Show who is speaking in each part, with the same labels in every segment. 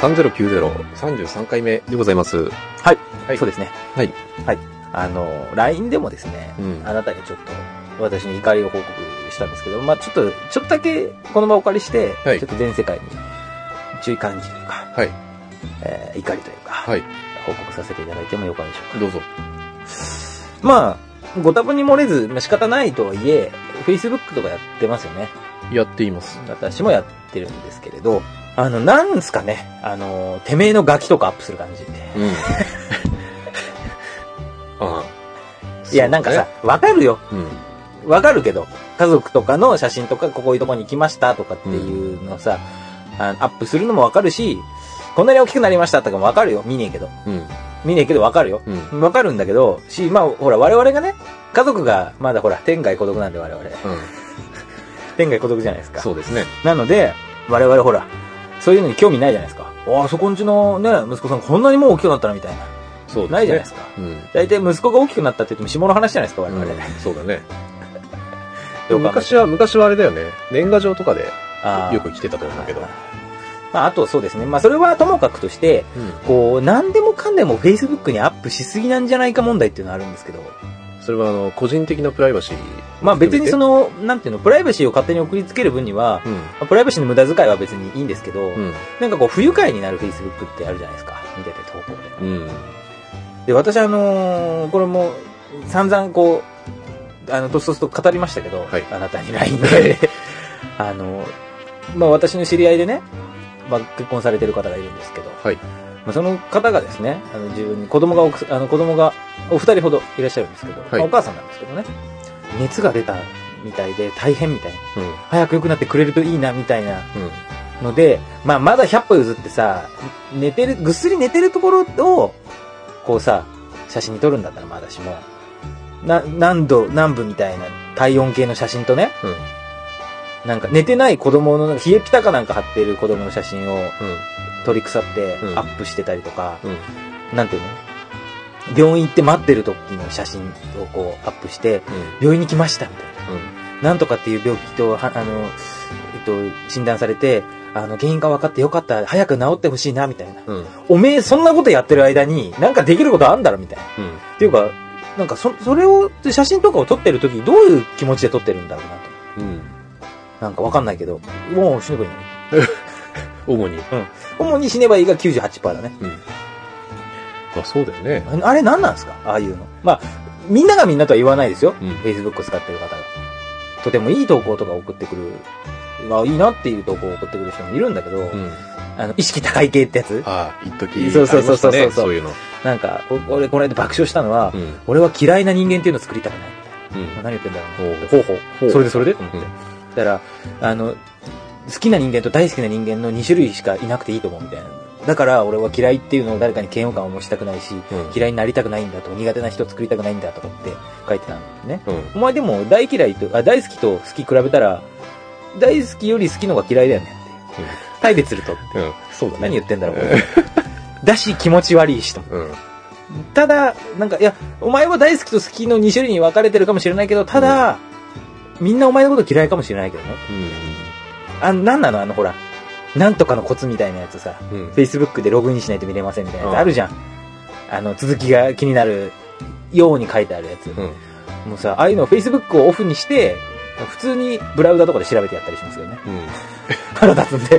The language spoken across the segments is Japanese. Speaker 1: 3090、33回目でございます。
Speaker 2: はい。
Speaker 1: はい。
Speaker 2: そうですね。
Speaker 1: はい。
Speaker 2: はい。あの、LINE でもですね、
Speaker 1: うん
Speaker 2: あなたにちょっと、私に怒りを報告したんですけど、まあちょっと、ちょっとだけこの場をお借りして、
Speaker 1: はい
Speaker 2: ちょっと全世界に注意喚起というか、
Speaker 1: はい。
Speaker 2: えー怒りというか、
Speaker 1: はい。
Speaker 2: 報告させていただいてもよかでしょうか。
Speaker 1: どうぞ。
Speaker 2: まあご多分に漏れず、まあ仕方ないとはいえ、Facebook とかやってますよね。
Speaker 1: やっています。
Speaker 2: 私もやってるんですけれど、あの、なんすかね、あの、てめえのガキとかアップする感じ。
Speaker 1: うん。 ああ。
Speaker 2: いや、なんかさ、わかるよ。
Speaker 1: そうね。
Speaker 2: わかるけど、家族とかの写真とか、ここういうとこに行きましたとかっていうのさ、あのアップするのもわかるし、こんなに大きくなりましたとかもわかるよ。見ねえけど。
Speaker 1: うん。うん。
Speaker 2: 見ねえけどわかるよ。
Speaker 1: うん。
Speaker 2: わかるんだけど、し、まあ、ほら、我々がね、家族が、まだほら、天外孤独なんで我々。
Speaker 1: うん。
Speaker 2: 天外孤独じゃないですか。
Speaker 1: そうですね。
Speaker 2: なので、我々ほら、そういうのに興味ないじゃないですか。ああ、そこんちのね、息子さんこんなにもう大きくなったなみたいな。
Speaker 1: そうですね。
Speaker 2: ないじゃないですか。
Speaker 1: うん。
Speaker 2: 大体息子が大きくなったって言っても下の話じゃないですか、我々。
Speaker 1: うんそうだ ね。
Speaker 2: よく考えて
Speaker 1: 昔は、昔はあれだよね。年賀状とかで
Speaker 2: ああ
Speaker 1: よく来てたと思うんだけど。
Speaker 2: まあ、あとそうですね。まあ、それはともかくとして、
Speaker 1: うん。
Speaker 2: こう、何でもかんでも Facebook にアップしすぎなんじゃないか問題っていうのはあるんですけど、
Speaker 1: それは、あの、個人的なプライバシー。
Speaker 2: まあ別にそ
Speaker 1: の、
Speaker 2: の、なんていうの、プライバシーを勝手に送りつける分には、
Speaker 1: うん。
Speaker 2: まあプライバシーの無駄遣いは別にいいんですけど、
Speaker 1: うん。
Speaker 2: なんかこう、不愉快になる Facebook ってあるじゃないですか。見てて投稿で。
Speaker 1: うん。
Speaker 2: で、私あのーこれも、散々こう、あの、とつとつと語りましたけど、
Speaker 1: はい
Speaker 2: あなたに LINE で、 あのーまあ私の知り合いでね、まあ結婚されてる方がいるんですけど、
Speaker 1: はい
Speaker 2: まあ、その方がですね、あの自分に子供がおく、あの子供がお二人ほどいらっしゃるんですけど、
Speaker 1: い
Speaker 2: まあお母さんなんですけどね、熱が出たみたいで大変みたいな、
Speaker 1: うん。
Speaker 2: 早く良くなってくれるといいなみたいな
Speaker 1: うん。
Speaker 2: ので、まあ、まだ100歩譲ってさ、寝てる、ぐっすり寝てるところを、こうさ、写真に撮るんだったらまだしも、な、何度、何部みたいな体温計の写真とね、
Speaker 1: うん。
Speaker 2: なんか寝てない子供の、冷えピタかなんか貼ってる子供の写真を
Speaker 1: うん。
Speaker 2: 取り腐って
Speaker 1: うん
Speaker 2: アップしてたりとか、
Speaker 1: うん。
Speaker 2: なんていうの病院行って待ってる時の写真をこうアップして、
Speaker 1: うん。
Speaker 2: 病院に来ましたみたいな。
Speaker 1: うん。
Speaker 2: なんとかっていう病気と、はあの、えっと、診断されて、あの、原因が分かってよかった、早く治ってほしいな、みたいな。
Speaker 1: うん。
Speaker 2: おめえ、そんなことやってる間に、なんかできることあんだろ、みたいな。
Speaker 1: うん。
Speaker 2: っていうか、なんか、そ、それを、写真とかを撮ってる時どういう気持ちで撮ってるんだろうなと。
Speaker 1: うん。
Speaker 2: なんかわかんないけど、もう死ねばいいのに
Speaker 1: 主に。
Speaker 2: 主に死ねばいいが98%だね。
Speaker 1: うん。まあそうだよね。
Speaker 2: ああれ何なんですかああいうの。まあ、みんながみんなとは言わないですよ。
Speaker 1: うん
Speaker 2: Facebook を使ってる方が。とてもいい投稿とか送ってくる。まあ、いいなっていう投稿を送ってくる人もいるんだけど、
Speaker 1: うん。
Speaker 2: あの、意識高い系ってやつ
Speaker 1: ああ、一時
Speaker 2: そうそうそうそう
Speaker 1: ありましたね
Speaker 2: そう
Speaker 1: そういうの。
Speaker 2: なんか、お俺、この間爆笑したのは、
Speaker 1: うん。
Speaker 2: 俺は嫌いな人間っていうのを作りたくない。
Speaker 1: うん。
Speaker 2: 何言ってんだろうな。
Speaker 1: ほ
Speaker 2: 方法
Speaker 1: ほう
Speaker 2: それでそれでと思って。
Speaker 1: うん
Speaker 2: だから、あの、好きな人間と大好きな人間の2種類しかいなくていいと思うみたいな。だから、俺は嫌いっていうのを誰かに嫌悪感を持ちたくないし、
Speaker 1: うん。
Speaker 2: 嫌いになりたくないんだと、苦手な人を作りたくないんだとかって書いてたんだよね。
Speaker 1: うん。
Speaker 2: お前でも、大嫌いと、あ、大好きと好き比べたら、大好きより好きのが嫌いだよねって
Speaker 1: うん。
Speaker 2: 対別すると。
Speaker 1: うん。そうだね。
Speaker 2: 何言ってんだろう
Speaker 1: う。
Speaker 2: だし、気持ち悪いしと。
Speaker 1: うん。
Speaker 2: ただ、なんか、いや、お前は大好きと好きの2種類に分かれてるかもしれないけど、ただ、みんなお前のこと嫌いかもしれないけどね。あ、なんなのあの、ほら、なんとかのコツみたいなやつさ、
Speaker 1: うん。うん。
Speaker 2: Facebook でログインしないと見れませんみたい
Speaker 1: う
Speaker 2: なやつ
Speaker 1: ん
Speaker 2: あるじゃん。あの、続きが気になるように書いてあるやつ。
Speaker 1: うん。
Speaker 2: もうさ、ああいうの Facebook をオフにして、普通にブラウザとかで調べてやったりしますよね。
Speaker 1: うん。
Speaker 2: 腹立つんで。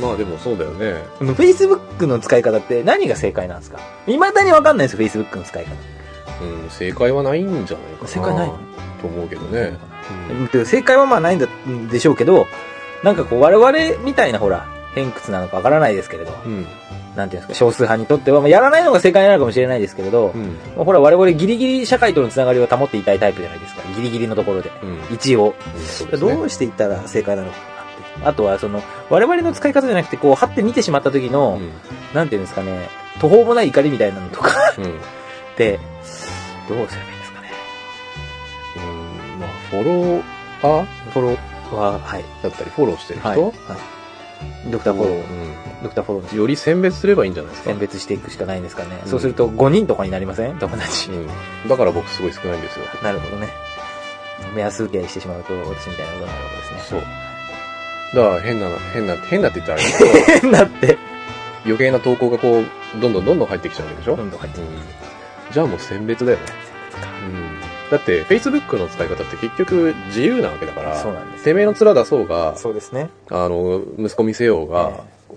Speaker 1: まあでもそうだよね。
Speaker 2: あの Facebook の使い方って何が正解なんですか未だに分かんないです、Facebook の使い方。
Speaker 1: うん。正解はないんじゃないかな。
Speaker 2: 正解ないの
Speaker 1: と思うけどね。うん
Speaker 2: で正解はまあないんだんでしょうけど、なんかこう我々みたいなほら、偏屈なのかわからないですけれど、
Speaker 1: うん。
Speaker 2: なんていうんですか、少数派にとっては、まあ、やらないのが正解なのかもしれないですけれど、
Speaker 1: うん。
Speaker 2: まあほら我々ギリギリ社会とのつながりを保っていたいタイプじゃないですか。ギリギリのところで。
Speaker 1: うん。
Speaker 2: 一応。
Speaker 1: うんそうですね
Speaker 2: どうしていったら正解なのかなって。あとはその、我々の使い方じゃなくて、こう、張って見てしまった時
Speaker 1: う
Speaker 2: の、
Speaker 1: ん。
Speaker 2: なんていうんですかね、途方もない怒りみたいなのとか
Speaker 1: うん。
Speaker 2: って、どうすればいいんですかね。
Speaker 1: うんまあ、フォロワー
Speaker 2: フォローは、はい。
Speaker 1: だったり、フォローしてる人
Speaker 2: はい。はい、ドクターフォロー、ドクターフォローの
Speaker 1: うん。より選別すればいいんじゃないですか。
Speaker 2: 選別していくしかないんですかね。
Speaker 1: うん
Speaker 2: そうすると5人とかになりません友達。
Speaker 1: うん。だから僕すごい少ないんですよ。
Speaker 2: なるほどね。目安受けしてしまうと、私みたいなことになるわけです
Speaker 1: そ
Speaker 2: ね。
Speaker 1: う。だから変な、変な、変なって言ったらあれだけど、
Speaker 2: 変なって。
Speaker 1: 余計な投稿がこう、どんどんどんどん入ってきちゃうわけでしょ、
Speaker 2: どんどん入ってくる
Speaker 1: じゃあもう選別だよね。うん。だって、Facebook の使い方って結局自由なわけだから、
Speaker 2: そうなんです
Speaker 1: てめえの面出そうが、
Speaker 2: そうですね。
Speaker 1: あの、息子見せようが、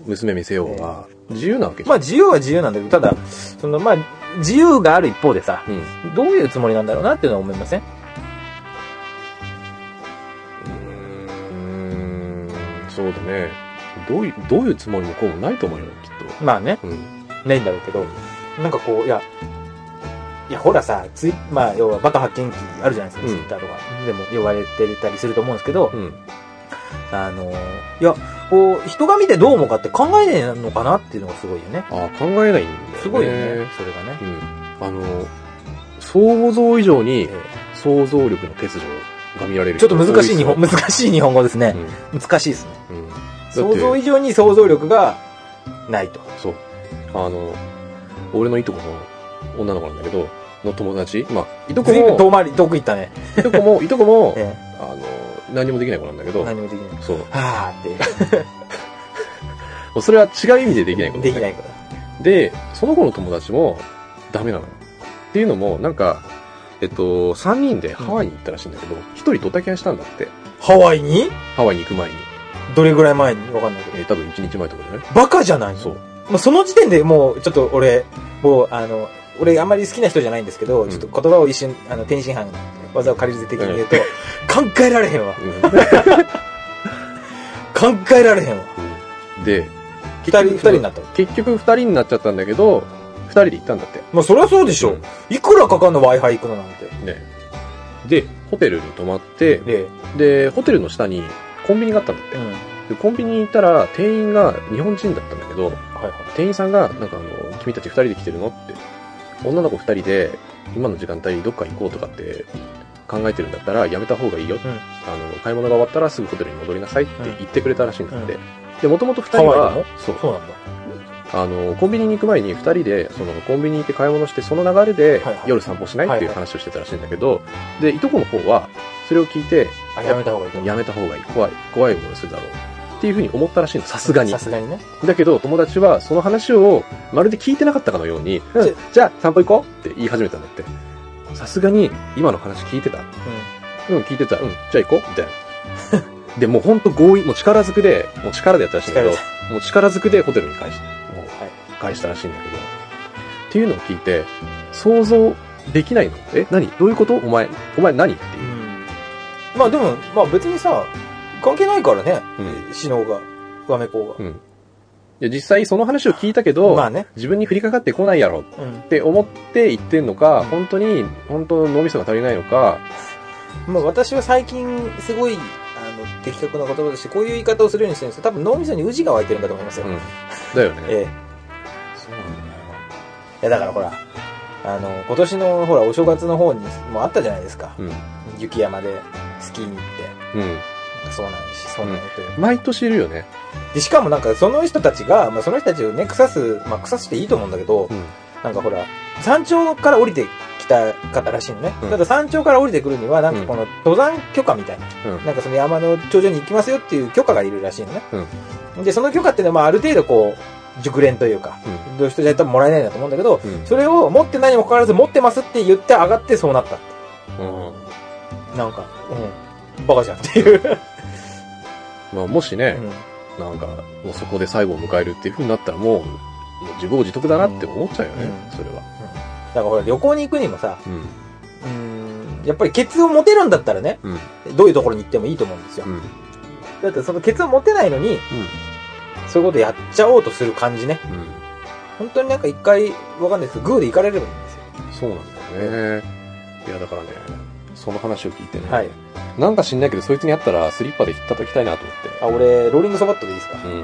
Speaker 1: 娘見せようが、自由なわけじゃ
Speaker 2: ま
Speaker 1: ん。
Speaker 2: あ自由は自由なんだけど、ただ、そのまあ、自由がある一方でさ、
Speaker 1: うん。
Speaker 2: どういうつもりなんだろうなっていうのは思いません
Speaker 1: うーん、そうだね。どういう、どういうつもりもこうもないと思うよ、きっ
Speaker 2: まあね、
Speaker 1: と。うん。
Speaker 2: ないんだろうけど、なんかこう、いや、いや、ほらさ、ツイまあ、要はバカ発見機あるじゃないですか、
Speaker 1: うん
Speaker 2: ツイッターとか。でも呼ばれてたりすると思うんですけど、
Speaker 1: うん。
Speaker 2: あの、いや、こう、人が見てどう思うかって考えねえのかなっていうのがすごいよね。
Speaker 1: ああ、考えないんだよね。
Speaker 2: すごいよね、それがね
Speaker 1: う。ん。あの、想像以上に
Speaker 2: ええ
Speaker 1: 想像力の欠如が見られる。
Speaker 2: ちょっと難しい日本、。 難しい日本語ですね。難しいですね。
Speaker 1: うん。うん。て
Speaker 2: 想像以上に想像力がないと。
Speaker 1: そう。あの、俺のいとこの女の子なんだけど、の友達、まあ、いとこ
Speaker 2: 随分
Speaker 1: も、
Speaker 2: 遠回り、遠く行ったね。
Speaker 1: いとこ も、いとこも、
Speaker 2: え
Speaker 1: あの、何もできない子なんだけ
Speaker 2: え
Speaker 1: ど、
Speaker 2: 何もできない。
Speaker 1: そう。も
Speaker 2: はあーっ
Speaker 1: うそれは違う意味でできない
Speaker 2: て。
Speaker 1: 子。
Speaker 2: できないいから。
Speaker 1: で、その子の友達も、ダメなのよ。っていうのも、なんか、えっと、3人でハワイに行ったらしいんだけど、1人ドタキャンしたんだって。
Speaker 2: ハワイに
Speaker 1: ハワイに行く前に。
Speaker 2: どれぐらい前にわかんないけ
Speaker 1: え
Speaker 2: ど。
Speaker 1: ー多分1日前とかじゃない
Speaker 2: バカじゃないの
Speaker 1: そう。
Speaker 2: もうその時点でもう、ちょっと俺、もう、あの、俺あんまり好きな人じゃないんですけど、
Speaker 1: うん
Speaker 2: ちょっと言葉を一瞬、あの、天津飯、技を借りるぜ的に言うと、考えられへんわ。考えられへんわ。
Speaker 1: うんで、
Speaker 2: 二人、二人にな
Speaker 1: っ
Speaker 2: ったわ。
Speaker 1: 結局2人になっちゃったんだけど、2人で行ったんだって。
Speaker 2: まあ、そりゃそうでしょ。
Speaker 1: うん
Speaker 2: いくらかかんの ?Wi-Fi 行くのなんて。
Speaker 1: ね。で、ホテルに泊まって、
Speaker 2: で、
Speaker 1: で、ホテルの下にコンビニがあったんだって
Speaker 2: う。ん。はい
Speaker 1: で、コンビニに行ったら、店員が日本人だったんだけど、
Speaker 2: はい。
Speaker 1: 店員さんが、なんかあの、君たち2人で来てるのって、女の子2人で、今の時間帯どっか行こうとかって考えてるんだったら、やめた方がいいよ、
Speaker 2: うん
Speaker 1: あの、買い物が終わったらすぐホテルに戻りなさいって言ってくれたらしいんだって。
Speaker 2: う
Speaker 1: で、もともと2人
Speaker 2: ハワイ
Speaker 1: は
Speaker 2: なの、
Speaker 1: そう、
Speaker 2: そうなんだ。
Speaker 1: あの、コンビニに行く前に2人で、その、コンビニ行って買い物して、その流れで
Speaker 2: はいはい
Speaker 1: 夜散歩しないっていう
Speaker 2: はい
Speaker 1: 話をしてたらしいんだけど、で、いとこの方は、それを聞いて、
Speaker 2: あ、やめた方がいいと思う。
Speaker 1: やめた方がいい、怖い、怖い思いをするだろう。っていうふうに思ったらしいの、さすがに
Speaker 2: さ。すがにね。
Speaker 1: だけど、友達はその話をまるで聞いてなかったかのように、うんじゃあ散歩行こうって言い始めたんだって。さすがに、今の話聞いてたうん、聞いてた。うん、じゃあ行こうみたいな。 で、もうほんと強引、もう力ずくで、もう力でやったらしいんだけど
Speaker 2: 力、
Speaker 1: もう力ずくでホテルに返し、もう
Speaker 2: はい
Speaker 1: 返したらしいんだけど。っていうのを聞いて、想像できないのえ何どういうことお前、お前何って
Speaker 2: う
Speaker 1: い
Speaker 2: ん。
Speaker 1: う。
Speaker 2: うん。まあでも、まあ別にさ、関係ないからね。
Speaker 1: うん
Speaker 2: 死のうが、わめこう
Speaker 1: うん。いや、実際その話を聞いたけど、
Speaker 2: が。まあね。
Speaker 1: 自分に降りかかってこないやろ
Speaker 2: うん
Speaker 1: っ。て思って言ってんのか、
Speaker 2: うん
Speaker 1: 本当に、本当の脳みそが足りないのか、
Speaker 2: まあ、私は最近すごいあの的確な言葉としてこういう言い方をするようにしてるんですけど多分脳みそにうじが湧いてるんだと思いますよ、
Speaker 1: うん。だよね。
Speaker 2: ええ
Speaker 1: そうなんだよ。
Speaker 2: いやだからほらあの今年のほらお正月の方にもあったじゃないですか、
Speaker 1: うん。
Speaker 2: 雪山でスキーに行って
Speaker 1: うん。
Speaker 2: そうなんしそうなんという、
Speaker 1: 毎年いるよね。
Speaker 2: でしかもなんかその人たちが、まあ、その人たちをね腐す、まあ、腐していいと思うんだけど、
Speaker 1: うん。
Speaker 2: なんかほら山頂から降りてきた方らしいのね、
Speaker 1: うん
Speaker 2: ただ山頂から降りてくるにはなんかこの登山許可みたいな
Speaker 1: うん。
Speaker 2: なんかその山の頂上に行きますよっていう許可がいるらしいのね。で、その許可っていうのはまあある程度こう、熟練というか、どういう人じゃ多分もらえないんだと思うんだけど、
Speaker 1: うん。
Speaker 2: それを持ってないにもかかわらず持ってますって言って上がってそうなったって。
Speaker 1: うん。うん
Speaker 2: なんか、うん、バカじゃんっていう。
Speaker 1: まあ、もし
Speaker 2: う
Speaker 1: ね、
Speaker 2: ん
Speaker 1: なんか、もうそこで最後を迎えるっていう風になったら、もう、もう自業自得だなって思っちゃうよね、
Speaker 2: うん
Speaker 1: それは。
Speaker 2: だからほら旅行に行くにもさ、
Speaker 1: うん。
Speaker 2: うーん、やっぱりケツを持てるんだったらね、
Speaker 1: うん。
Speaker 2: どういうところに行ってもいいと思うんですよ
Speaker 1: う。ん。
Speaker 2: だってそのケツを持てないのに、そういうことやっちゃおうとする感じね。
Speaker 1: う
Speaker 2: 本当になんか一回わかんないですけど、グーで行かれればいいんですよ。
Speaker 1: ん。そうなんだよね。いや、だからね、その話を聞いてね、
Speaker 2: はい。
Speaker 1: なんか知んないけど、そいつに会ったらスリッパでひったときたいなと思って。
Speaker 2: あ、俺、ローリングソバットでいいですか
Speaker 1: うん。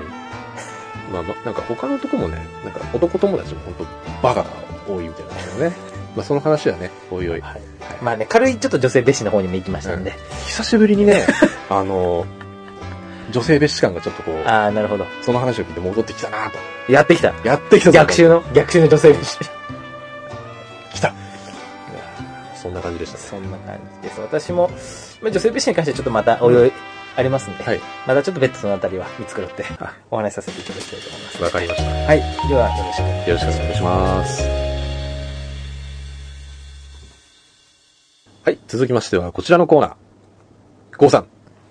Speaker 1: まあ、まなんか他のとこもね、なんか男友達も本当バカが多いみたいなんですよね。まあその話はね、おいおい。
Speaker 2: はい。まあね、軽いちょっと女性蔑視の方にも行きましたんで。
Speaker 1: 久しぶりにね、 あの、女性蔑視感がちょっとこう、
Speaker 2: ああ、なるほど。
Speaker 1: その話を聞いて戻ってきたなと。
Speaker 2: やってきた。
Speaker 1: やってきたぞ
Speaker 2: 逆襲の、逆襲の女性蔑視。
Speaker 1: 来た。そんな感じでしたね。
Speaker 2: そんな感じです。私も、まあ、女性蔑視に関してはちょっとまたおいおい、ありますんで、
Speaker 1: はい
Speaker 2: またちょっと別途そのあたりは見繕って
Speaker 1: あ
Speaker 2: お話しさせていただきたいと思います。
Speaker 1: わかりました。よ
Speaker 2: はい。では、よろしくお願いします。
Speaker 1: ろしくお願いします。はい、続きましてはこちらのコーナー。ゴーさん、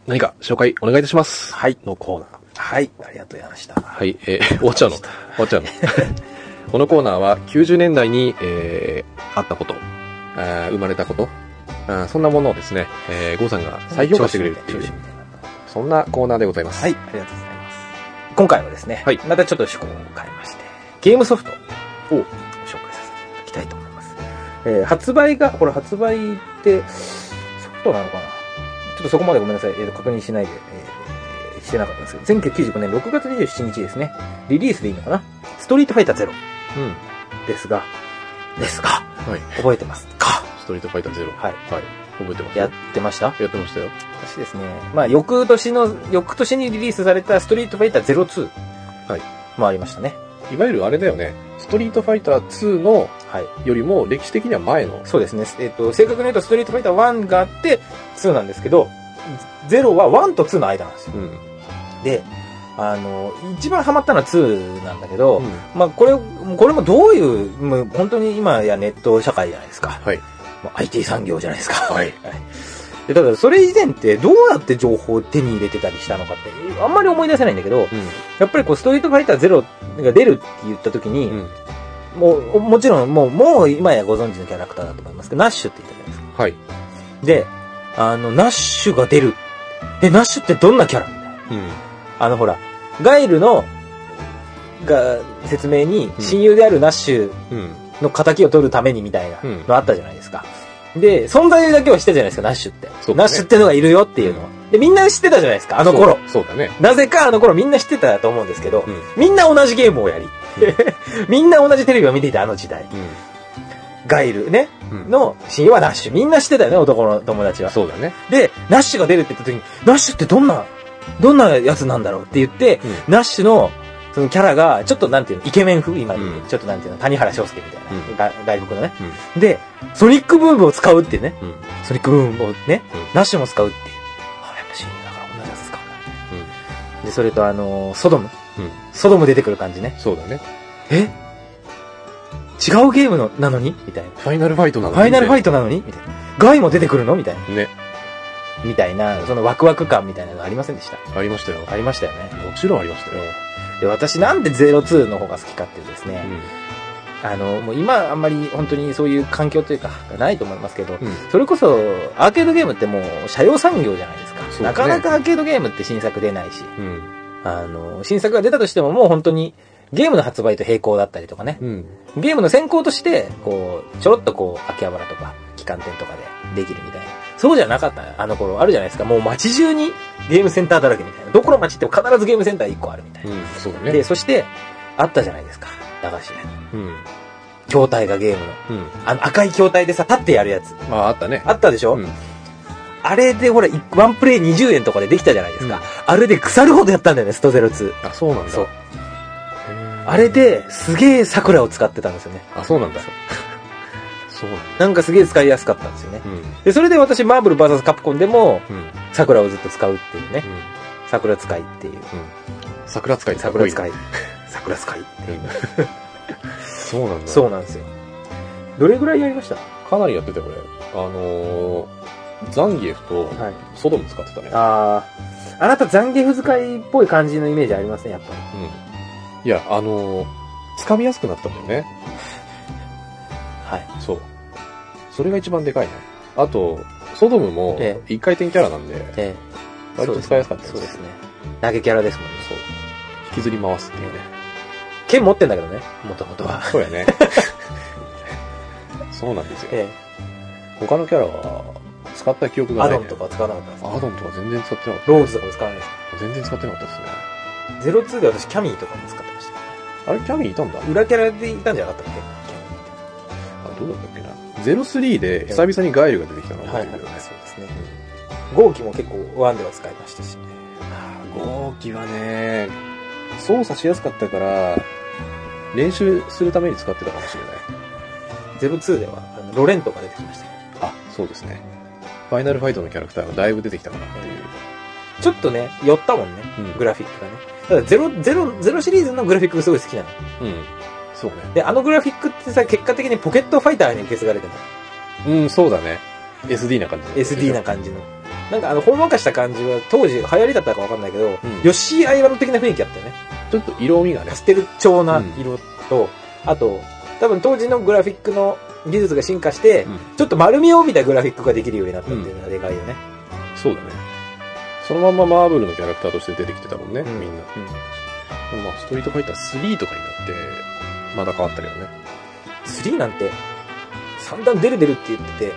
Speaker 1: 何か紹介お願いいたします。
Speaker 2: はい。
Speaker 1: のコーナー。
Speaker 2: はい。ありがとうございました。
Speaker 1: はい、えー、 終わっちゃうの。終わっちゃうの。 このコーナーは90年代に、えー、あったこと、あー生まれたこと、あーそんなものをですね、えー、ゴーさんが再評価してくれるってい
Speaker 2: 調
Speaker 1: う、
Speaker 2: 子みたいな
Speaker 1: そんなコーナーでございます。
Speaker 2: はい、ありがとうございます。今回はですね、
Speaker 1: はい
Speaker 2: またちょっと趣向を変えまして、ゲームソフトをご紹介させていただきたいと思います。えー発売が、これ発売って、ソフトなのかなちょっとそこまでごめんなさい、えーと確認しないで、えーしてなかったんですけど、1995年6月27日ですね、リリースでいいのかなストリートファイターゼロ
Speaker 1: うん。
Speaker 2: ですが、ですが、
Speaker 1: はい。
Speaker 2: 覚えてますか
Speaker 1: ストリートファイターゼロ。
Speaker 2: はい。
Speaker 1: はい。覚えてます
Speaker 2: や
Speaker 1: よ
Speaker 2: ってました
Speaker 1: やってましたよ。
Speaker 2: 私ですね、まあ、翌年の、翌年にリリースされたストリートファイター02。
Speaker 1: はい。
Speaker 2: もありましたね。
Speaker 1: いわゆるあれだよね、ストリートファイター2の
Speaker 2: はい。
Speaker 1: よりも歴史的には前の。
Speaker 2: そうですね。えっ、と、正確に言うと、ストリートファイター1があって、2なんですけど、0は1と2の間なんですよ。
Speaker 1: うん。
Speaker 2: で、あの、一番ハマったのは2なんだけど、
Speaker 1: うん
Speaker 2: まあ、これ、これもどういう、もう本当に今やネット社会じゃないですか。
Speaker 1: はい。
Speaker 2: もう IT 産業じゃないですか。
Speaker 1: はい
Speaker 2: でただ、それ以前ってどうやって情報を手に入れてたりしたのかって、あんまり思い出せないんだけど、やっぱりこう、ストリートファイターゼロが出るって言った時に、
Speaker 1: うん。うん。
Speaker 2: もう、もちろん、もう、もう今やご存知のキャラクターだと思いますけど、ナッシュって言ったじゃないですか。
Speaker 1: はい。
Speaker 2: で、あの、ナッシュが出る。え、ナッシュってどんなキャラみたいな
Speaker 1: うん。
Speaker 2: あの、ほら、ガイルの、が、説明に、
Speaker 1: うん
Speaker 2: 親友であるナッシュ
Speaker 1: うん。
Speaker 2: の仇を取るためにみたいな
Speaker 1: うん
Speaker 2: のあったじゃないですか。で、存在だけは知ってたじゃないですか、ナッシュって。
Speaker 1: そうだね
Speaker 2: ナッシュってのがいるよっていうのは。で、みんな知ってたじゃないですか、あの頃。
Speaker 1: そう。そうだね。
Speaker 2: なぜかあの頃みんな知ってたと思うんですけど、
Speaker 1: うん。
Speaker 2: みんな同じゲームをやり、 みんな同じテレビを見ていたあの時代。ガイルね、
Speaker 1: うん。うん。
Speaker 2: の親友はナッシュ。みんな知ってたよね、男の友達は。
Speaker 1: そうだね。
Speaker 2: で、ナッシュが出るって言った時に、ナッシュってどんな、どんなやつなんだろうって言って、ナッシュの、そのキャラが、ちょっとなんていうの、イケメン風今、
Speaker 1: うん
Speaker 2: ちょっとなんていうの、谷原章介みた
Speaker 1: うん
Speaker 2: いな、が外国のね、で、ソニックブームを使うっていうね、
Speaker 1: うん。うん。
Speaker 2: ソニックブームをね、
Speaker 1: うん
Speaker 2: ナッシュも使うっていう。あ、やっぱ親友だから同じやつ使うんだね。で、それとあのーソドム。
Speaker 1: うん。
Speaker 2: ソドム出てくる感じね。
Speaker 1: そうだね。
Speaker 2: え違うゲームのなのにみたいな。
Speaker 1: ファイナルファイトなの
Speaker 2: ファイナルファ
Speaker 1: イ
Speaker 2: イトなのにみたいな。ガイも出てくるのみたいな。
Speaker 1: トね。
Speaker 2: みたいな、そのワクワク感みたいなのありませんでした。
Speaker 1: ありましたよ。
Speaker 2: ありましたよね。
Speaker 1: もちろんありましたよ。
Speaker 2: ええで、私なんで02の方が好きかっていうとです
Speaker 1: う
Speaker 2: ね、
Speaker 1: ん。
Speaker 2: あの、もう今あんまり本当にそういう環境というか、がないと思いますけ
Speaker 1: う
Speaker 2: ど、
Speaker 1: ん。
Speaker 2: それこそ、アーケードゲームってもう、社用産業じゃないですか。
Speaker 1: そうね
Speaker 2: なかなかアーケードゲームって新作出ないし、
Speaker 1: うん。
Speaker 2: あの、新作が出たとしてももう本当に、ゲームの発売と並行だったりとかね、
Speaker 1: うん。
Speaker 2: ゲームの先行として、こう、ちょろっとこう、秋葉原とか、機関店とかでできるみたいな。そうじゃなかった、あの頃あるじゃないですか。もう街中にゲームセンターだらけみたいな。どこの街行っても必ずゲームセンター1個あるみたいな。
Speaker 1: うん。そうだね
Speaker 2: で、。そして、あったじゃないですか。駄菓子屋に。
Speaker 1: うん。
Speaker 2: 筐体がゲームの。
Speaker 1: うん。
Speaker 2: あの赤い筐体でさ、立ってやるやつ。
Speaker 1: まあ、あったね。
Speaker 2: あったでしょ、
Speaker 1: うん。
Speaker 2: あれでほら、いワンプレイ20円とかでできたじゃないですか。
Speaker 1: うん
Speaker 2: あれで腐るほどやったんだよね、ストゼロ2。
Speaker 1: あ、そうなんだ。
Speaker 2: そう。
Speaker 1: あ
Speaker 2: あれで、すげえ桜を使ってたんですよね。
Speaker 1: あ、そうなんだ。そうなんだ。
Speaker 2: なんかすげえ使いやすかったんですよね
Speaker 1: う。ん。
Speaker 2: で、それで私、マーブル VS カプコンでも、
Speaker 1: うん。うん。
Speaker 2: 桜をずっと使うっていうね。桜使いっていう。
Speaker 1: 桜使いってかっこ
Speaker 2: 桜
Speaker 1: いい
Speaker 2: 使い。 桜使いっていう。
Speaker 1: そうなんだ。
Speaker 2: そうなんですよ。どれぐらいやりました
Speaker 1: かなりやってたよ、これ。あのー、ザンギエフと
Speaker 2: はい。
Speaker 1: ソドム使ってたね。
Speaker 2: あー。あなた、ザンギエフ使いっぽい感じのイメージありますね、やっぱり。
Speaker 1: うん。いや、あのー、掴みやすくなったんだよね。
Speaker 2: はい。
Speaker 1: そう。それが一番でかいね。あと、ソドムも
Speaker 2: え、
Speaker 1: 一回転キャラなんで、
Speaker 2: ええ。
Speaker 1: 割と使いやすかったです
Speaker 2: そうですね。投げキャラですもんね。
Speaker 1: そう。引きずり回すっていうね。
Speaker 2: 剣持ってんだけどね、もともとは。
Speaker 1: そうや ね。そうなんですよ。
Speaker 2: え
Speaker 1: 他のキャラは、使った記憶
Speaker 2: え。
Speaker 1: が
Speaker 2: ア
Speaker 1: ない、
Speaker 2: ド
Speaker 1: ね。
Speaker 2: ンとかは使わなかったんですか
Speaker 1: アドンとか全然使ってなかっ
Speaker 2: ローズとかも使わないです
Speaker 1: た。全然使ってなかったですね。
Speaker 2: ゼロツーで私、キャミーとかも使ってました。
Speaker 1: あれ、キャミーいたんだ
Speaker 2: 裏キャラでいたんじゃなかったっけ
Speaker 1: あ、どうだったっけな。03で久々にガイルが出てきたのを
Speaker 2: は
Speaker 1: 覚え
Speaker 2: い
Speaker 1: て
Speaker 2: は
Speaker 1: る
Speaker 2: い
Speaker 1: よね。
Speaker 2: そうですね。号機も結構ワンでは使いましたし。
Speaker 1: 号機はね、操作しやすかったから、練習するために使ってたかもしれない。
Speaker 2: ゼロツーでは、あのロレンとか出てきましたよ。
Speaker 1: あ、そうですね。ファイナルファイトのキャラクターがだいぶ出てきたかなっていう。
Speaker 2: ちょっとね、寄ったもんね。
Speaker 1: うん
Speaker 2: グラフィックがね。ただゼロ、ゼロ、ゼロシリーズのグラフィックがすごい好きなの。
Speaker 1: うん。そうね。
Speaker 2: で、あのグラフィックってさ、結果的にポケットファイターに受け継がれてた
Speaker 1: うん、そうだね。SD な感じ。
Speaker 2: SD な感じの。なんかあの、ほんわかした感じは、当時流行りだったかわかんないけど、
Speaker 1: ん
Speaker 2: ヨッシーアイランド的な雰囲気あったよね。
Speaker 1: ちょっと色味がね
Speaker 2: パ。ステル調な色と、あと、多分当時のグラフィックの技術が進化して、
Speaker 1: うん
Speaker 2: ちょっと丸みを帯びたグラフィックができるようになったっていうのがでかいよね。
Speaker 1: そうだね。そのまんまマーブルのキャラクターとして出てきてたもんね、
Speaker 2: うん
Speaker 1: みんな。
Speaker 2: うん
Speaker 1: でもまあ、ストリートファイター3とかになって、まだ変わったけどね。
Speaker 2: 3なんて、散々出る出るって言ってて、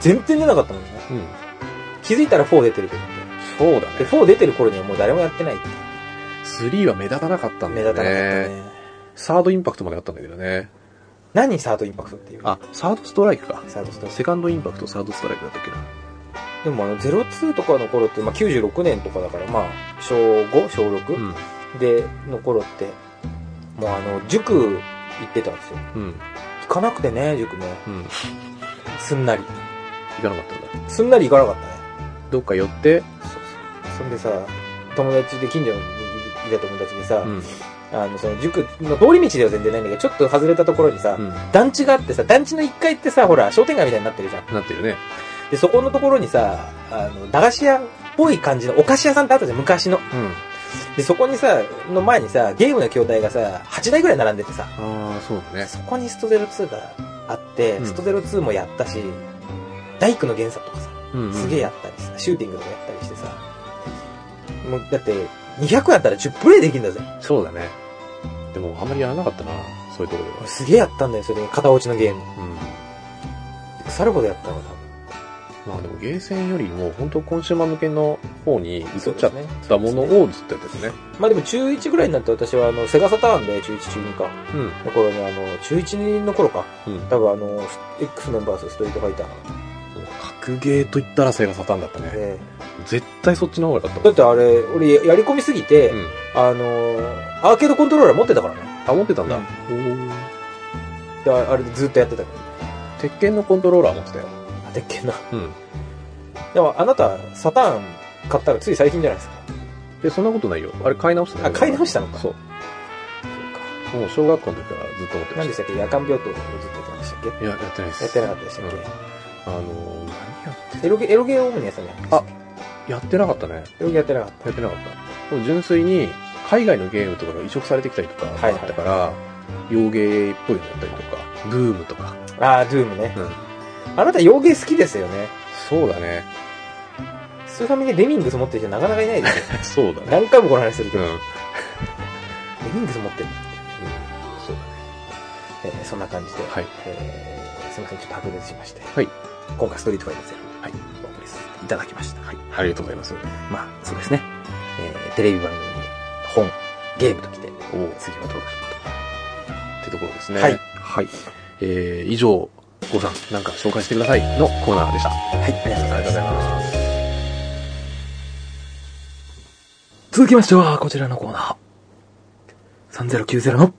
Speaker 2: 全然出なかったもんね。
Speaker 1: うん。うん。
Speaker 2: 気づいたら4出てるけど。
Speaker 1: そうだ
Speaker 2: で、
Speaker 1: ね。
Speaker 2: 4出てる頃にはもう誰もやってないっていう。
Speaker 1: 3は目立たなかったんだ
Speaker 2: 目
Speaker 1: よ
Speaker 2: 立
Speaker 1: ね。
Speaker 2: たなかったね。
Speaker 1: サードインパクトまであったんだけどね。
Speaker 2: 何サードインパクトっていう。
Speaker 1: あ、サードストライクか。
Speaker 2: サードストーリー
Speaker 1: セカンドインパクト、サードストライクだったっけな。
Speaker 2: でもあの、02とかの頃って、まあ、96年とかだから、まあ、小 5? 小 6?、
Speaker 1: うん。
Speaker 2: で、の頃って、もうあの、塾行ってたんですよ。
Speaker 1: うん。
Speaker 2: 行かなくてね、塾ね。
Speaker 1: うん。
Speaker 2: すんなり。
Speaker 1: 行かなかったんだ。
Speaker 2: すんなり行かなかったね。
Speaker 1: どっか寄って、
Speaker 2: そんでさ、友達で、近所にいた友達でさ、
Speaker 1: うん。
Speaker 2: あの、その塾の通り道では全然ないんだけど、ちょっと外れたところにさ、
Speaker 1: うん。
Speaker 2: 団地があってさ、団地の1階ってさ、ほら、商店街みたいになってるじゃん。
Speaker 1: なってるね。
Speaker 2: で、そこのところにさ、あの、駄菓子屋っぽい感じのお菓子屋さんってあったじゃん、昔の。
Speaker 1: うん。
Speaker 2: で、そこにさ、の前にさ、ゲームの筐体がさ、8台ぐらい並んでてさ、
Speaker 1: ああ、そうだね。
Speaker 2: そこにストゼロ2があって、
Speaker 1: うん
Speaker 2: ストゼロ2もやったし、大工の原作とかさ、
Speaker 1: うん、うん。
Speaker 2: すげえやったりさ、シューティングとかやったりしてさ、もうだって、200やったら10プレイできるんだぜ。
Speaker 1: そうだね。でも、あんまりやらなかったな、そういうところで
Speaker 2: 俺すげえやったんだよ、それに片落ちのゲーム。
Speaker 1: は。うん。
Speaker 2: 腐るほどやったの、多分。
Speaker 1: まあでも、ゲーセンよりも、本当コンシューマー向けの方に移っちゃっ
Speaker 2: ね。
Speaker 1: たものをずっとやっててね。
Speaker 2: まあでも中1ぐらいになって私はあの、セガサターンで中1中2か。
Speaker 1: うん。
Speaker 2: の頃にあの、中1の頃か。
Speaker 1: うん。
Speaker 2: 多分あの、X メンバースストリートファイター
Speaker 1: 格ゲーと言ったらセガサターンだったね。
Speaker 2: で、
Speaker 1: 絶対そっちの方が良かった
Speaker 2: だ
Speaker 1: わ。
Speaker 2: ってあれ、俺ややり込みすぎて、
Speaker 1: うん。
Speaker 2: あの、アーケードコントローラー持ってたからね。
Speaker 1: あ、持ってたんだ。
Speaker 2: うん
Speaker 1: おー
Speaker 2: で、ああれでずっとやってたか
Speaker 1: 鉄拳のコントローラー持ってたよ。
Speaker 2: ら。あ、でっけえな。
Speaker 1: うん。
Speaker 2: でもあなた、サターン買ったらつい最近じゃないですか。
Speaker 1: で、そんなことないよ。あれ買い直したんだよ
Speaker 2: あ買い直したのか
Speaker 1: そう。もう小学校の時からずっと持ってま
Speaker 2: 何で
Speaker 1: し
Speaker 2: したっけ夜間病棟をずっとやってましたっけ
Speaker 1: た。いや、やってないです。
Speaker 2: やってなかったでしたっ
Speaker 1: あのー、何や
Speaker 2: け、エロゲ、エロゲーオムニアさんじゃない
Speaker 1: あやってなかったね。
Speaker 2: エロゲやってなかっ
Speaker 1: やってなかった。もう純粋に、海外のゲームとかが移植されてきたりとかあ
Speaker 2: はいはい
Speaker 1: ったから、洋芸っぽいのやったりとか、ブームとか。
Speaker 2: た。あー、ドゥームね。
Speaker 1: うん。
Speaker 2: あなた、洋芸好きですよね。
Speaker 1: そうだね。
Speaker 2: スーファミでレミングス持ってる人なかなかいないです
Speaker 1: そ
Speaker 2: よ。
Speaker 1: うだ ね。
Speaker 2: 何回もこの話するけ
Speaker 1: うん。
Speaker 2: ど、
Speaker 1: う
Speaker 2: レ
Speaker 1: ん。
Speaker 2: ミングス持ってる。
Speaker 1: そうだね。
Speaker 2: えーそんな感じで。
Speaker 1: はい。
Speaker 2: えーすみません、ちょっと白熱しまして。
Speaker 1: はい
Speaker 2: 今回ストリートファイターゼロ。
Speaker 1: はい
Speaker 2: お送りさせていただきました。はい。
Speaker 1: ありがとうございます。
Speaker 2: まあ、そうですね。えーテレビ番組、本、ゲームときて、次はどうなるか
Speaker 1: ってところですね。
Speaker 2: はい
Speaker 1: はい。えー、以上、ごさん、なんか紹介してくださいのコーナーでした。
Speaker 2: と。はい、ありがとうございます。
Speaker 1: ます。
Speaker 2: 続きましては、こちらのコーナー。3090の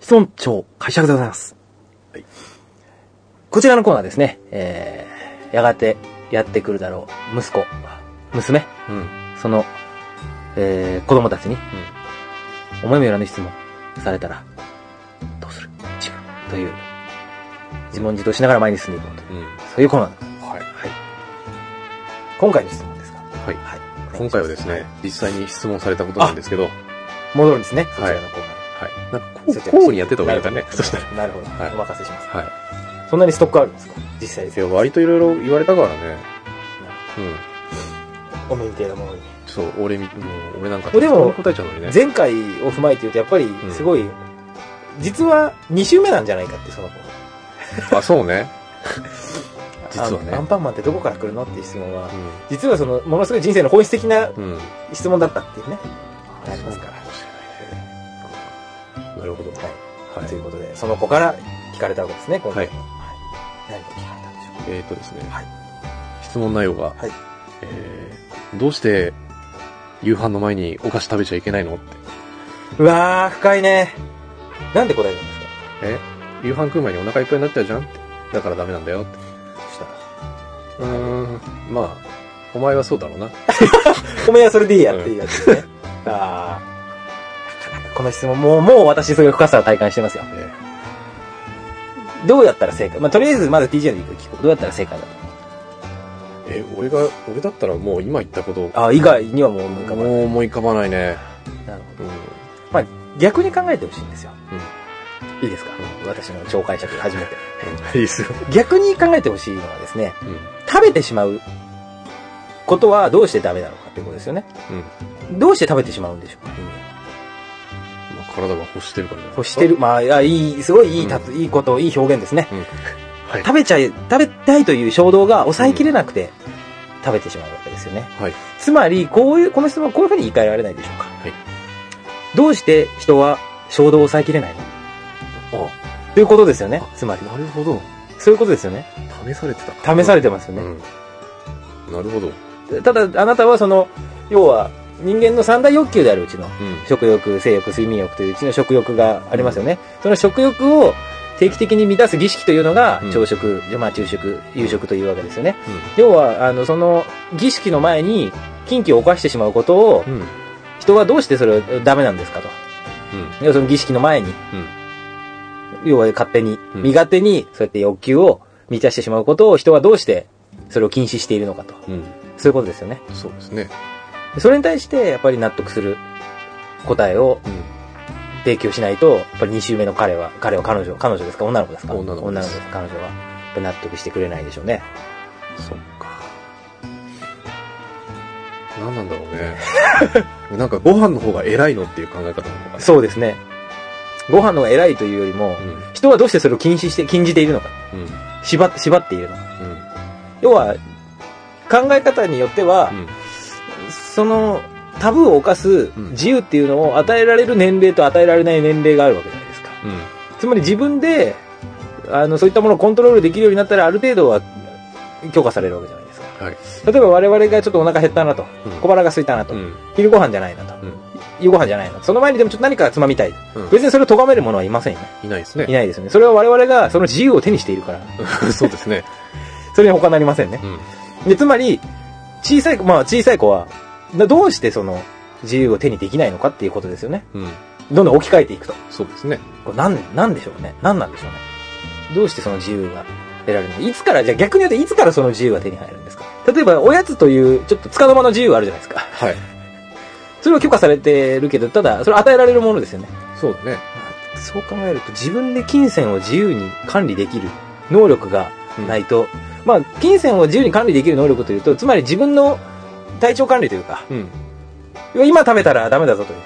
Speaker 2: 質問帳解釈でございます。
Speaker 1: はい
Speaker 2: こちらのコーナーですね。えー、やがてやってくるだろう、息子、娘、
Speaker 1: うん。うん。
Speaker 2: その、えー、子供たちに、思いもよらぬ質問されたら、どうする自分という、自問自答しながら前に進んでいこうという、
Speaker 1: うん。
Speaker 2: そういうコーナーです。
Speaker 1: はい。
Speaker 2: はい。今回の質問ですが、
Speaker 1: はい。
Speaker 2: はい。
Speaker 1: 今回はですね、実際に質問されたことなんですけど、はい。
Speaker 2: 戻るんですね、そちらのコ
Speaker 1: な
Speaker 2: ーナー。
Speaker 1: んか、こう、こうにやってた方がいいかね。そしたら。
Speaker 2: ら。なるほど。
Speaker 1: はい
Speaker 2: お任せしま す。
Speaker 1: はい。
Speaker 2: そんなにストックあるんですか実際です
Speaker 1: い
Speaker 2: よ。
Speaker 1: や、割といろいろ言われたからね。うん。
Speaker 2: おめでてえなものに。
Speaker 1: そう、俺み、もう、俺なんか、
Speaker 2: でも
Speaker 1: 答えちゃうのにね。
Speaker 2: 前回を踏まえて言うと、やっぱり、すごい、実は2週目なんじゃないかって、その子。
Speaker 1: あ、そうね。実は
Speaker 2: あのアン
Speaker 1: ね。
Speaker 2: パンマンってどこから来るのっていう質問
Speaker 1: う、ん。
Speaker 2: は実はその、ものすごい人生の本質的な
Speaker 1: うん。
Speaker 2: 質問だったっていうね。
Speaker 1: あ
Speaker 2: ありますから
Speaker 1: そうもしれないねなるほど。
Speaker 2: はい
Speaker 1: は
Speaker 2: という
Speaker 1: い。
Speaker 2: ことで、その子から聞かれたわけですね、今回も。
Speaker 1: は
Speaker 2: はい。何を聞かれたんでしょう
Speaker 1: えっとですね
Speaker 2: はい。
Speaker 1: 質問内容が
Speaker 2: はい、
Speaker 1: えーどうして、夕飯の前にお菓子食べちゃいけないのって。
Speaker 2: うわー、深いね。なんで答えたんですか
Speaker 1: え夕飯食う前にお腹いっぱいになっちゃうじゃんって。だからダメなんだよって。
Speaker 2: そしたら。
Speaker 1: うーん。まあ、お前はそうだろうな。
Speaker 2: お前はそれでいいやっていうやつですね。ああ。なかなかこの質問、もう、もう私それ深さを体感してますよ。
Speaker 1: え
Speaker 2: どうやったら正解まあ、とりあえずまず TJ の意見を聞こう。どうやったら正解だと
Speaker 1: え、俺が、俺だったらもう今言ったこと、
Speaker 2: ああ、以外にはもう思い浮かばない。
Speaker 1: もう思い浮かばないね。
Speaker 2: なるほ
Speaker 1: うん。
Speaker 2: ど。まあ、逆に考えてほしいんですよ。いいですか、
Speaker 1: う
Speaker 2: 私の超解釈初めて。
Speaker 1: いいっすよ。
Speaker 2: 逆に考えてほしいのはですね、
Speaker 1: うん。
Speaker 2: 食べてしまうことはどうしてダメなのかってことですよね。
Speaker 1: うん。
Speaker 2: どうして食べてしまうんでしょう
Speaker 1: まあ、体が欲してるからね。
Speaker 2: 欲してる。まあ、いやいい、すごいいいたつ、いいこと、いい表現ですね。
Speaker 1: うん。はい。
Speaker 2: 食べちゃい、食べたいという衝動が抑えきれなくて、食べてしまうわけですよね。
Speaker 1: はい。
Speaker 2: つまり、こういう、この質問はこういうふうに言い換えられないでしょうか。
Speaker 1: はい
Speaker 2: どうして人は衝動を抑えきれないの
Speaker 1: あ、
Speaker 2: ということですよね。つまり。
Speaker 1: なるほど。
Speaker 2: そういうことですよね。
Speaker 1: 試されてたか。
Speaker 2: 試されてますよね。
Speaker 1: うん。なるほど。
Speaker 2: ただあなたはその要は人間の三大欲求であるうちの
Speaker 1: うん。
Speaker 2: 食欲性欲睡眠欲といううちの食欲がありますよね、その食欲を定期的に満たす儀式というのが
Speaker 1: うん
Speaker 2: 朝食、まあ、昼食夕食というわけですよね要はあのその儀式の前に禁忌を犯してしまうことを
Speaker 1: うん。うん。
Speaker 2: 人はどうしてそれをダメなんですかと
Speaker 1: うん。
Speaker 2: 要はその儀式の前に
Speaker 1: うん。
Speaker 2: 要は勝手に
Speaker 1: うん
Speaker 2: 身勝手にそうやって欲求を満たしてしまうことを人はどうしてそれを禁止しているのかと
Speaker 1: うん。
Speaker 2: そういうことですよね
Speaker 1: そうですね。
Speaker 2: それに対して、やっぱり納得する答えを
Speaker 1: うん。
Speaker 2: 提供しないと、やっぱり2周目の彼は、彼は彼女、彼女ですか女の子ですか
Speaker 1: 女の子です
Speaker 2: 彼女は、やっぱ納得してくれないでしょうね。
Speaker 1: そっか。何なんだろう ね。なんかご飯の方が偉いのっていう考え方なのかな。
Speaker 2: そうですね。ご飯の方が偉いというよりも、
Speaker 1: う
Speaker 2: 人はどうしてそれを禁止して、禁じているのか。
Speaker 1: ん。うん。うん。
Speaker 2: 縛っ、縛っているのか。要は、考え方によっては、
Speaker 1: うん。
Speaker 2: その、タブーを犯す
Speaker 1: ん
Speaker 2: 自由っていうのを与えられる年齢と与えられない年齢があるわけじゃないですか。
Speaker 1: うん。
Speaker 2: つまり自分であのそういったものをコントロールできるようになったらある程度は強化されるわけじゃないですか
Speaker 1: はい。
Speaker 2: 例えば我々がちょっとお腹減ったなと
Speaker 1: うん
Speaker 2: 小腹が空いたなと、
Speaker 1: うん。
Speaker 2: 昼ご飯じゃないなと、
Speaker 1: うん
Speaker 2: 夕ご飯じゃないなとその前にでもちょっと何かつまみたい、
Speaker 1: うん
Speaker 2: 別にそれを咎める者はいませんよね
Speaker 1: いないです
Speaker 2: い
Speaker 1: ね。
Speaker 2: ないですよねそれは我々がその自由を手にしているから
Speaker 1: そうですね。
Speaker 2: それに他なりませんね
Speaker 1: うん。
Speaker 2: でつまり小さい子まあ小さい子はなどうしてその自由を手にできないのかっていうことですよね
Speaker 1: うん。
Speaker 2: どんどん置き換えていくと
Speaker 1: そうですね。
Speaker 2: これなん、なんでしょうね。なんなんでしょうね。どうしてその自由が得られるのいつから、じゃあ逆に言うといつからその自由が手に入るんですか例えば、おやつという、ちょっとつかの間の自由があるじゃないですか。
Speaker 1: はい。
Speaker 2: それを許可されてるけど、ただ、それ与えられるものですよね。
Speaker 1: そうだね。
Speaker 2: そう考えると、自分で金銭を自由に管理できる能力がないと、まあ、金銭を自由に管理できる能力というと、つまり自分の体調管理というか、
Speaker 1: うん。
Speaker 2: 今食べたらダメだぞという。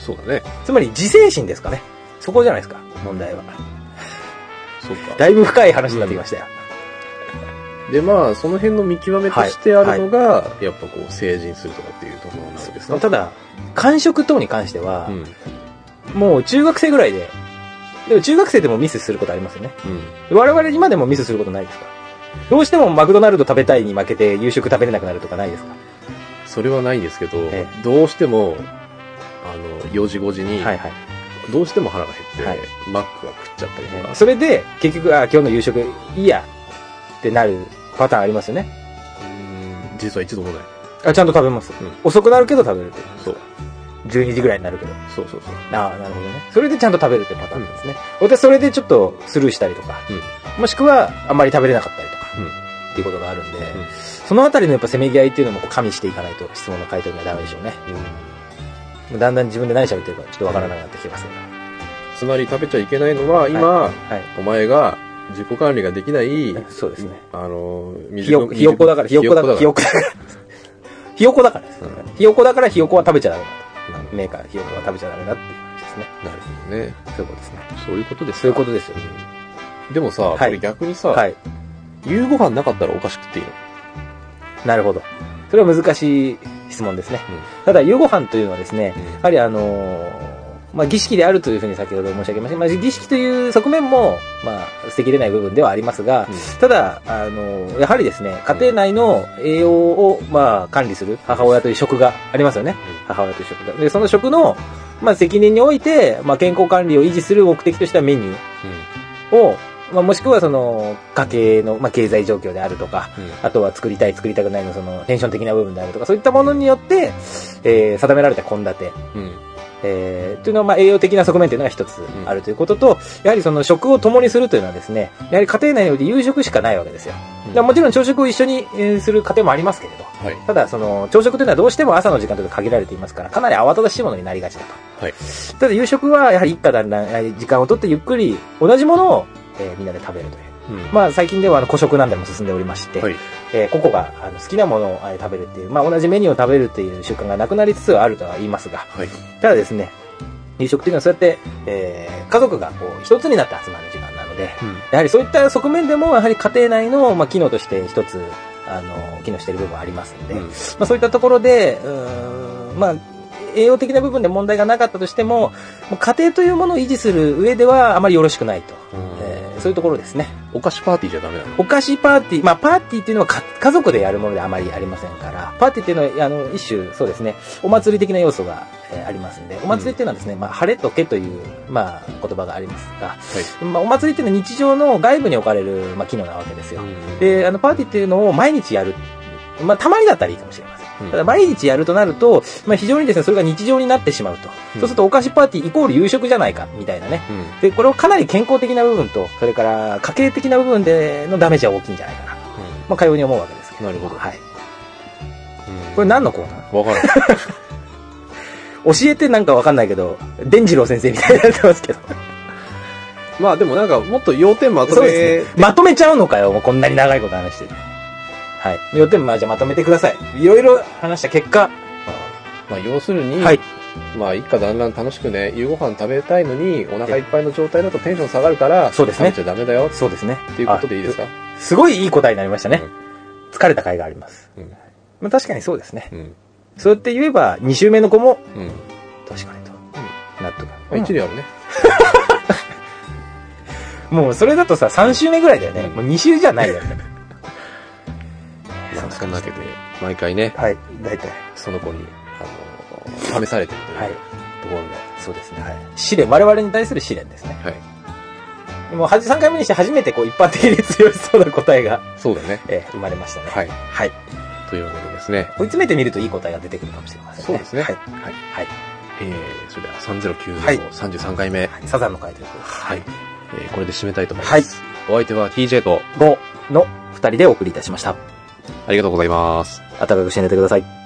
Speaker 1: そうだね。
Speaker 2: つまり自制心ですかね。そこじゃないですか、問題は。
Speaker 1: そうか。
Speaker 2: だいぶ深い話になってきましたよ。
Speaker 1: で、まあ、その辺の見極めとしてあるのが、やっぱこう、成人するとかっていうところなんですか
Speaker 2: ただ、間食等に関しては
Speaker 1: う、ん。うん。
Speaker 2: もう中学生ぐらいで、でも中学生でもミスすることありますよね。我々今でもミスすることないですかどうしてもマクドナルド食べたいに負けて夕食食べれなくなるとかないですか
Speaker 1: それはないですけど
Speaker 2: え、
Speaker 1: どうしても、あの、4時5時に、
Speaker 2: はいはい。
Speaker 1: どうしても腹が減って、
Speaker 2: はい
Speaker 1: マックが食っちゃったりとか、
Speaker 2: それで、結局、あ、今日の夕食いいやってなるパターンありますよね。
Speaker 1: うーん実は一度もない。
Speaker 2: あ、ちゃんと食べます。
Speaker 1: うん
Speaker 2: 遅くなるけど食べるってことです
Speaker 1: そう。
Speaker 2: 12時ぐらいになるけど。
Speaker 1: そうそうそう。
Speaker 2: ああ、なるほどね。それでちゃんと食べるってパターンですね。私それでちょっとスルーしたりとか、もしくはあんまり食べれなかったりとか、
Speaker 1: うん
Speaker 2: っていうことがあるんで、
Speaker 1: ん
Speaker 2: そのあたりのやっぱせめぎ合いっていうのもこう加味していかないと質問の回答にはダメでしょうね。
Speaker 1: うん。うん。
Speaker 2: もうだんだん自分で何喋ってるかちょっとわからなくなってきますね。
Speaker 1: つまり食べちゃいけないのは、今、
Speaker 2: はい。
Speaker 1: お前が自己管理ができない、
Speaker 2: そうですね。
Speaker 1: あの、
Speaker 2: ひよ、ひよこだから、ひよこだから、ひよこだから。 ひよこだからですね
Speaker 1: う
Speaker 2: ひよこだからひよこは食べちゃダメだ
Speaker 1: なる
Speaker 2: と。メーカーひよこは食べちゃダメだっていう感じですね。
Speaker 1: ほどね。
Speaker 2: そういうことですね。
Speaker 1: そういうことです
Speaker 2: そういうことですよね。
Speaker 1: うんでもさ、
Speaker 2: はい
Speaker 1: これ逆にさ、
Speaker 2: はい。
Speaker 1: 夕ご飯なかったらお菓子食っていいの
Speaker 2: なるほど。それは難しい質問ですね。ただ、夕ご飯というのはですね、やはりあのーまあ、儀式であるというふうに先ほど申し上げました。まあ、儀式という側面も、まあ、捨てきれない部分ではありますが、ただ、あのーやはりですね、家庭内の栄養を、まあ、管理する母親という職がありますよね。母親という職が。で、その職の、まあ、責任において、まあ、健康管理を維持する目的としたメニューを、まあ、もしくはその家計の、まあ、経済状況であるとか、
Speaker 1: うん
Speaker 2: あとは作りたい作りたくないのそのテンション的な部分であるとかそういったものによって、えー定められた献立、
Speaker 1: うん。
Speaker 2: えーというのはまあ栄養的な側面というのが一つあるということと、やはりその食を共にするというのはですねやはり家庭内において夕食しかないわけですよ、だからもちろん朝食を一緒にえーする家庭もありますけれど
Speaker 1: はい。
Speaker 2: ただその朝食というのはどうしても朝の時間というのは限られていますからかなり慌ただしいものになりがちだと
Speaker 1: はい。
Speaker 2: ただ夕食はやはり一家団らんえー時間をとってゆっくり同じものを、えーみんなで食べるという。
Speaker 1: うん。
Speaker 2: まあ最近ではあの個食なんでも進んでおりまして、
Speaker 1: はい。
Speaker 2: えー個々があの好きなものをあー食べるっていう、まあ同じメニューを食べるっていう習慣がなくなりつつはあるとは言いますが、
Speaker 1: はい。
Speaker 2: ただですね、夕食というのはそうやって、えー家族がこう一つになって集まる時間なので、
Speaker 1: うん。
Speaker 2: やはりそういった側面でもやはり家庭内の、まあ、機能として一つ、あの、機能している部分はありますので、
Speaker 1: うん
Speaker 2: まあ、そういったところで、うーんまあ、栄養的な部分で問題がなかったとしても、もう家庭というものを維持する上ではあまりよろしくないと。えーそういうところですね。
Speaker 1: お菓子パーティーじゃダメなの
Speaker 2: お菓子パーティー、まあパーティーっていうのはか家族でやるものであまりありませんから、パーティーっていうのは、あの、一種、そうですね、お祭り的な要素が、えーありますんで、お祭りっていうのはですね、まあ、晴れとけという、まあ、言葉がありますが、まあ、お祭りっていうのは日常の外部に置かれる、まあ、機能なわけですよ。
Speaker 1: うん
Speaker 2: で、あの、パーティーっていうのを毎日やる。まあ、たまにだったらいいかもしれません。
Speaker 1: うん
Speaker 2: ただ、毎日やるとなると、まあ、非常にですね、それが日常になってしまうと。
Speaker 1: うん
Speaker 2: そうすると、お菓子パーティーイコール夕食じゃないか、みたいなね。
Speaker 1: うん。
Speaker 2: で、これをかなり健康的な部分と、それから、家計的な部分でのダメージは大きいんじゃないかなと。まあ、かように思うわけですけど。
Speaker 1: なるほど
Speaker 2: はい。
Speaker 1: うん
Speaker 2: これ何のコーナー
Speaker 1: わからん。
Speaker 2: 教えてなんかわかんないけど、伝次郎先生みたいになってま すけど。
Speaker 1: まあでもなんか、もっと要点まと
Speaker 2: そうで
Speaker 1: め
Speaker 2: すね。まとめちゃうのかよ、もうこんなに長いこと話してて。はい。要点、まあ、じゃあまとめてください。いろいろ話した結果、
Speaker 1: まあ要するに、
Speaker 2: はい。
Speaker 1: まあ一家団らん楽しくね、夕ご飯食べたいのに、お腹いっぱいの状態だとテンション下がるから、
Speaker 2: そうですね
Speaker 1: 食べちゃダメだよ
Speaker 2: そうですね。
Speaker 1: っていうことでいいです
Speaker 2: か
Speaker 1: か
Speaker 2: すごいいい答えになりましたね。疲れた甲斐があります。
Speaker 1: うん。
Speaker 2: まあ、確かにそうですね。
Speaker 1: うん。
Speaker 2: そうやって言えば、2週目の子も、
Speaker 1: うん。
Speaker 2: 確かにと。納得。
Speaker 1: まあ一理あるね。
Speaker 2: もうそれだとさ、3週目ぐらいだよね。もう2週じゃないよね。
Speaker 1: ま あそんなわけで、毎回ね、
Speaker 2: はい、大体。
Speaker 1: その子に、あの、試されてるという
Speaker 2: はい
Speaker 1: ところ
Speaker 2: そうですね。はい。試練、我々に対する試練ですね。
Speaker 1: で。はい。
Speaker 2: もうはじ3回目にして初めてこう一般的に強しそうな答えが、
Speaker 1: そうだね。
Speaker 2: えー生まれましたね。
Speaker 1: はい。
Speaker 2: はい。
Speaker 1: というわけでですね、
Speaker 2: 追い詰めてみるといい答えが出てくるかもしれませんね。
Speaker 1: そうですね
Speaker 2: はい。
Speaker 1: はい。
Speaker 2: はい。
Speaker 1: えー、それでは
Speaker 2: はい
Speaker 1: 3090の33回目。
Speaker 2: はいサザンの回ということで
Speaker 1: はい。えー、これで締めたいと思います。お相手は TJ と、
Speaker 2: 5の2人でお送りいたしました。
Speaker 1: ありがとうございます。
Speaker 2: 温かくして寝てください。